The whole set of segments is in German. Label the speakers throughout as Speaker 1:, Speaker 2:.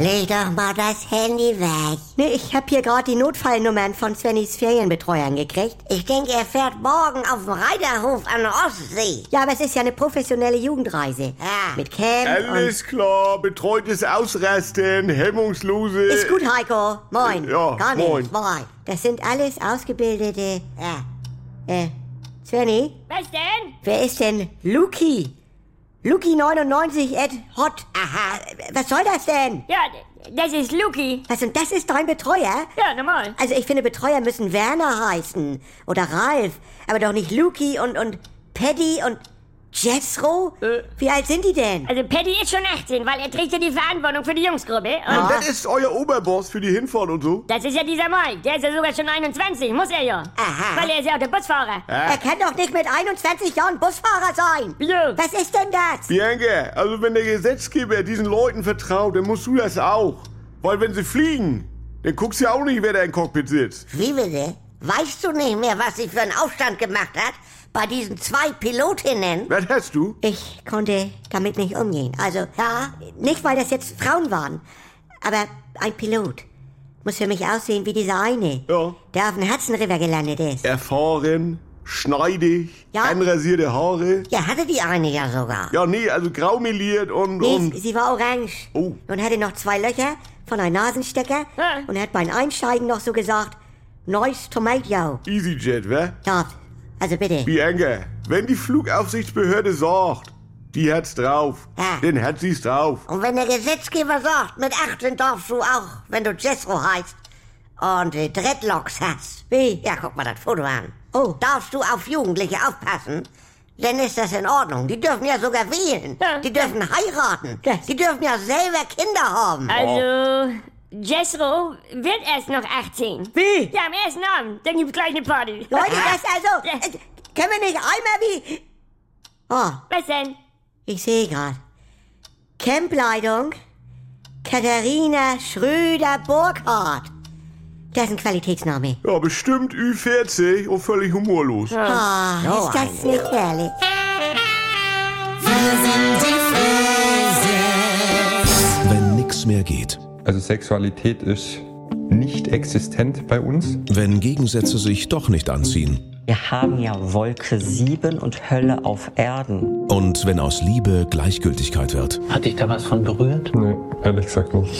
Speaker 1: Mama das Handy weg.
Speaker 2: Nee, ich habe hier gerade die Notfallnummern von Svennys Ferienbetreuern gekriegt.
Speaker 1: Ich denke, er fährt morgen auf dem Reiterhof an der Ostsee. Ah.
Speaker 2: Ja, aber es ist ja eine professionelle Jugendreise.
Speaker 1: Ja.
Speaker 2: Mit Camp
Speaker 3: Alles klar, betreutes Ausrasten, hemmungslose.
Speaker 2: und... Ist gut, Heiko. Moin.
Speaker 3: Ja,
Speaker 2: Gar nicht.
Speaker 3: moin.
Speaker 1: Moin.
Speaker 2: Das sind alles ausgebildete...
Speaker 1: Ja. Ah.
Speaker 2: Äh, Svenny?
Speaker 4: Was denn?
Speaker 2: Wer ist denn Luki? Luki99 at hot.
Speaker 1: Aha.
Speaker 2: Was soll das denn?
Speaker 4: Ja, d- das ist Luki.
Speaker 2: Was und das ist dein Betreuer?
Speaker 4: Ja, normal.
Speaker 2: Also ich finde, Betreuer müssen Werner heißen. Oder Ralf. Aber doch nicht Luki und, und Paddy und Jethro?
Speaker 4: Äh.
Speaker 2: Wie alt sind die denn?
Speaker 4: Also Paddy ist schon 18, weil er trägt ja die Verantwortung für die Jungsgruppe. Und
Speaker 2: Ah.
Speaker 3: Und das ist euer Oberboss für die Hinfahrt und so.
Speaker 4: das ist ja dieser Mike. Der ist ja sogar schon 21, muss er ja.
Speaker 2: Aha.
Speaker 4: Weil er ist ja auch der Busfahrer.
Speaker 2: Er kann doch nicht mit 21 Jahren Busfahrer sein.
Speaker 4: Wieso?
Speaker 2: Was ist denn das?
Speaker 3: Bianca, also wenn der Gesetzgeber diesen Leuten vertraut, dann musst du das auch. Weil wenn sie fliegen, dann guckst du ja auch nicht, wer da im Cockpit sitzt.
Speaker 1: Wie bitte? Weißt du nicht mehr, was sie für einen Aufstand gemacht hat? Bei diesen zwei Pilotinnen?
Speaker 3: Was hast du?
Speaker 2: Ich konnte damit nicht umgehen. Also,
Speaker 1: Ja?
Speaker 2: nicht weil das jetzt Frauen waren, aber ein Pilot muss für mich aussehen wie dieser eine,
Speaker 3: Ja.
Speaker 2: der auf dem Hudson River gelandet ist.
Speaker 3: Erfahren, schneidig,
Speaker 2: Ja.
Speaker 3: anrasierte Haare.
Speaker 1: Ja, hatte die eine ja sogar.
Speaker 3: Ja, nee, also graumeliert und,
Speaker 2: Nee,
Speaker 3: und...
Speaker 2: sie- sie war orange
Speaker 3: Oh.
Speaker 2: und hatte noch zwei Löcher von einem Nasenstecker
Speaker 4: Ja.
Speaker 2: und hat beim Einsteigen noch so gesagt, nice tomato.
Speaker 3: EasyJet, wa?
Speaker 2: Ja, also bitte.
Speaker 3: Bianca, wenn die Flugaufsichtsbehörde sagt, die hat's drauf,
Speaker 1: Ja.
Speaker 3: dann hat sie's drauf.
Speaker 1: Und wenn der Gesetzgeber sagt, mit 18 darfst du auch, wenn du Jethro heißt und äh, Dreadlocks hast.
Speaker 2: Wie?
Speaker 1: Ja, guck mal das Foto an.
Speaker 2: Oh.
Speaker 1: Darfst du auf Jugendliche aufpassen? Dann ist das in Ordnung. Die dürfen ja sogar wählen.
Speaker 4: Ja.
Speaker 1: Die dürfen heiraten.
Speaker 2: Ja.
Speaker 1: Die dürfen ja selber Kinder haben.
Speaker 4: Also, Jethro wird erst noch 18.
Speaker 2: Wie?
Speaker 4: Ja, am ersten Abend. Dann gibt's gleich eine Party.
Speaker 2: Leute, das also,
Speaker 4: Ja.
Speaker 2: äh, können wir nicht einmal wie... Oh,
Speaker 4: Was denn?
Speaker 2: Ich sehe gerade. Campleitung Katharina Schröder-Burkhardt. Das ist ein Qualitätsname.
Speaker 3: Ja, bestimmt Ü40 und völlig humorlos.
Speaker 2: Ah,
Speaker 1: so
Speaker 2: ist das
Speaker 1: eine.
Speaker 2: nicht herrlich?
Speaker 5: Wenn nix mehr geht.
Speaker 6: Also Sexualität ist nicht existent bei uns.
Speaker 5: Wenn Gegensätze sich doch nicht anziehen.
Speaker 7: Wir haben ja Wolke 7 und Hölle auf Erden.
Speaker 5: Und wenn aus Liebe Gleichgültigkeit wird.
Speaker 8: Hat dich da was von berührt?
Speaker 6: Nee, ehrlich gesagt nicht.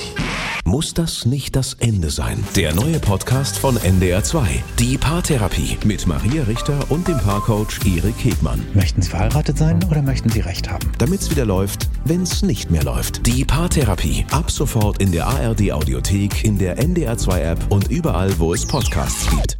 Speaker 5: Muss das nicht das Ende sein? Der neue Podcast von NDR2. Die Paartherapie. Mit Maria Richter und dem Paarcoach Erik Hegmann.
Speaker 9: Möchten Sie verheiratet sein oder möchten Sie Recht haben?
Speaker 5: Damit's wieder läuft, wenn's nicht mehr läuft. Die Paartherapie. Ab sofort in der ARD Audiothek, in der NDR2 App und überall, wo es Podcasts gibt.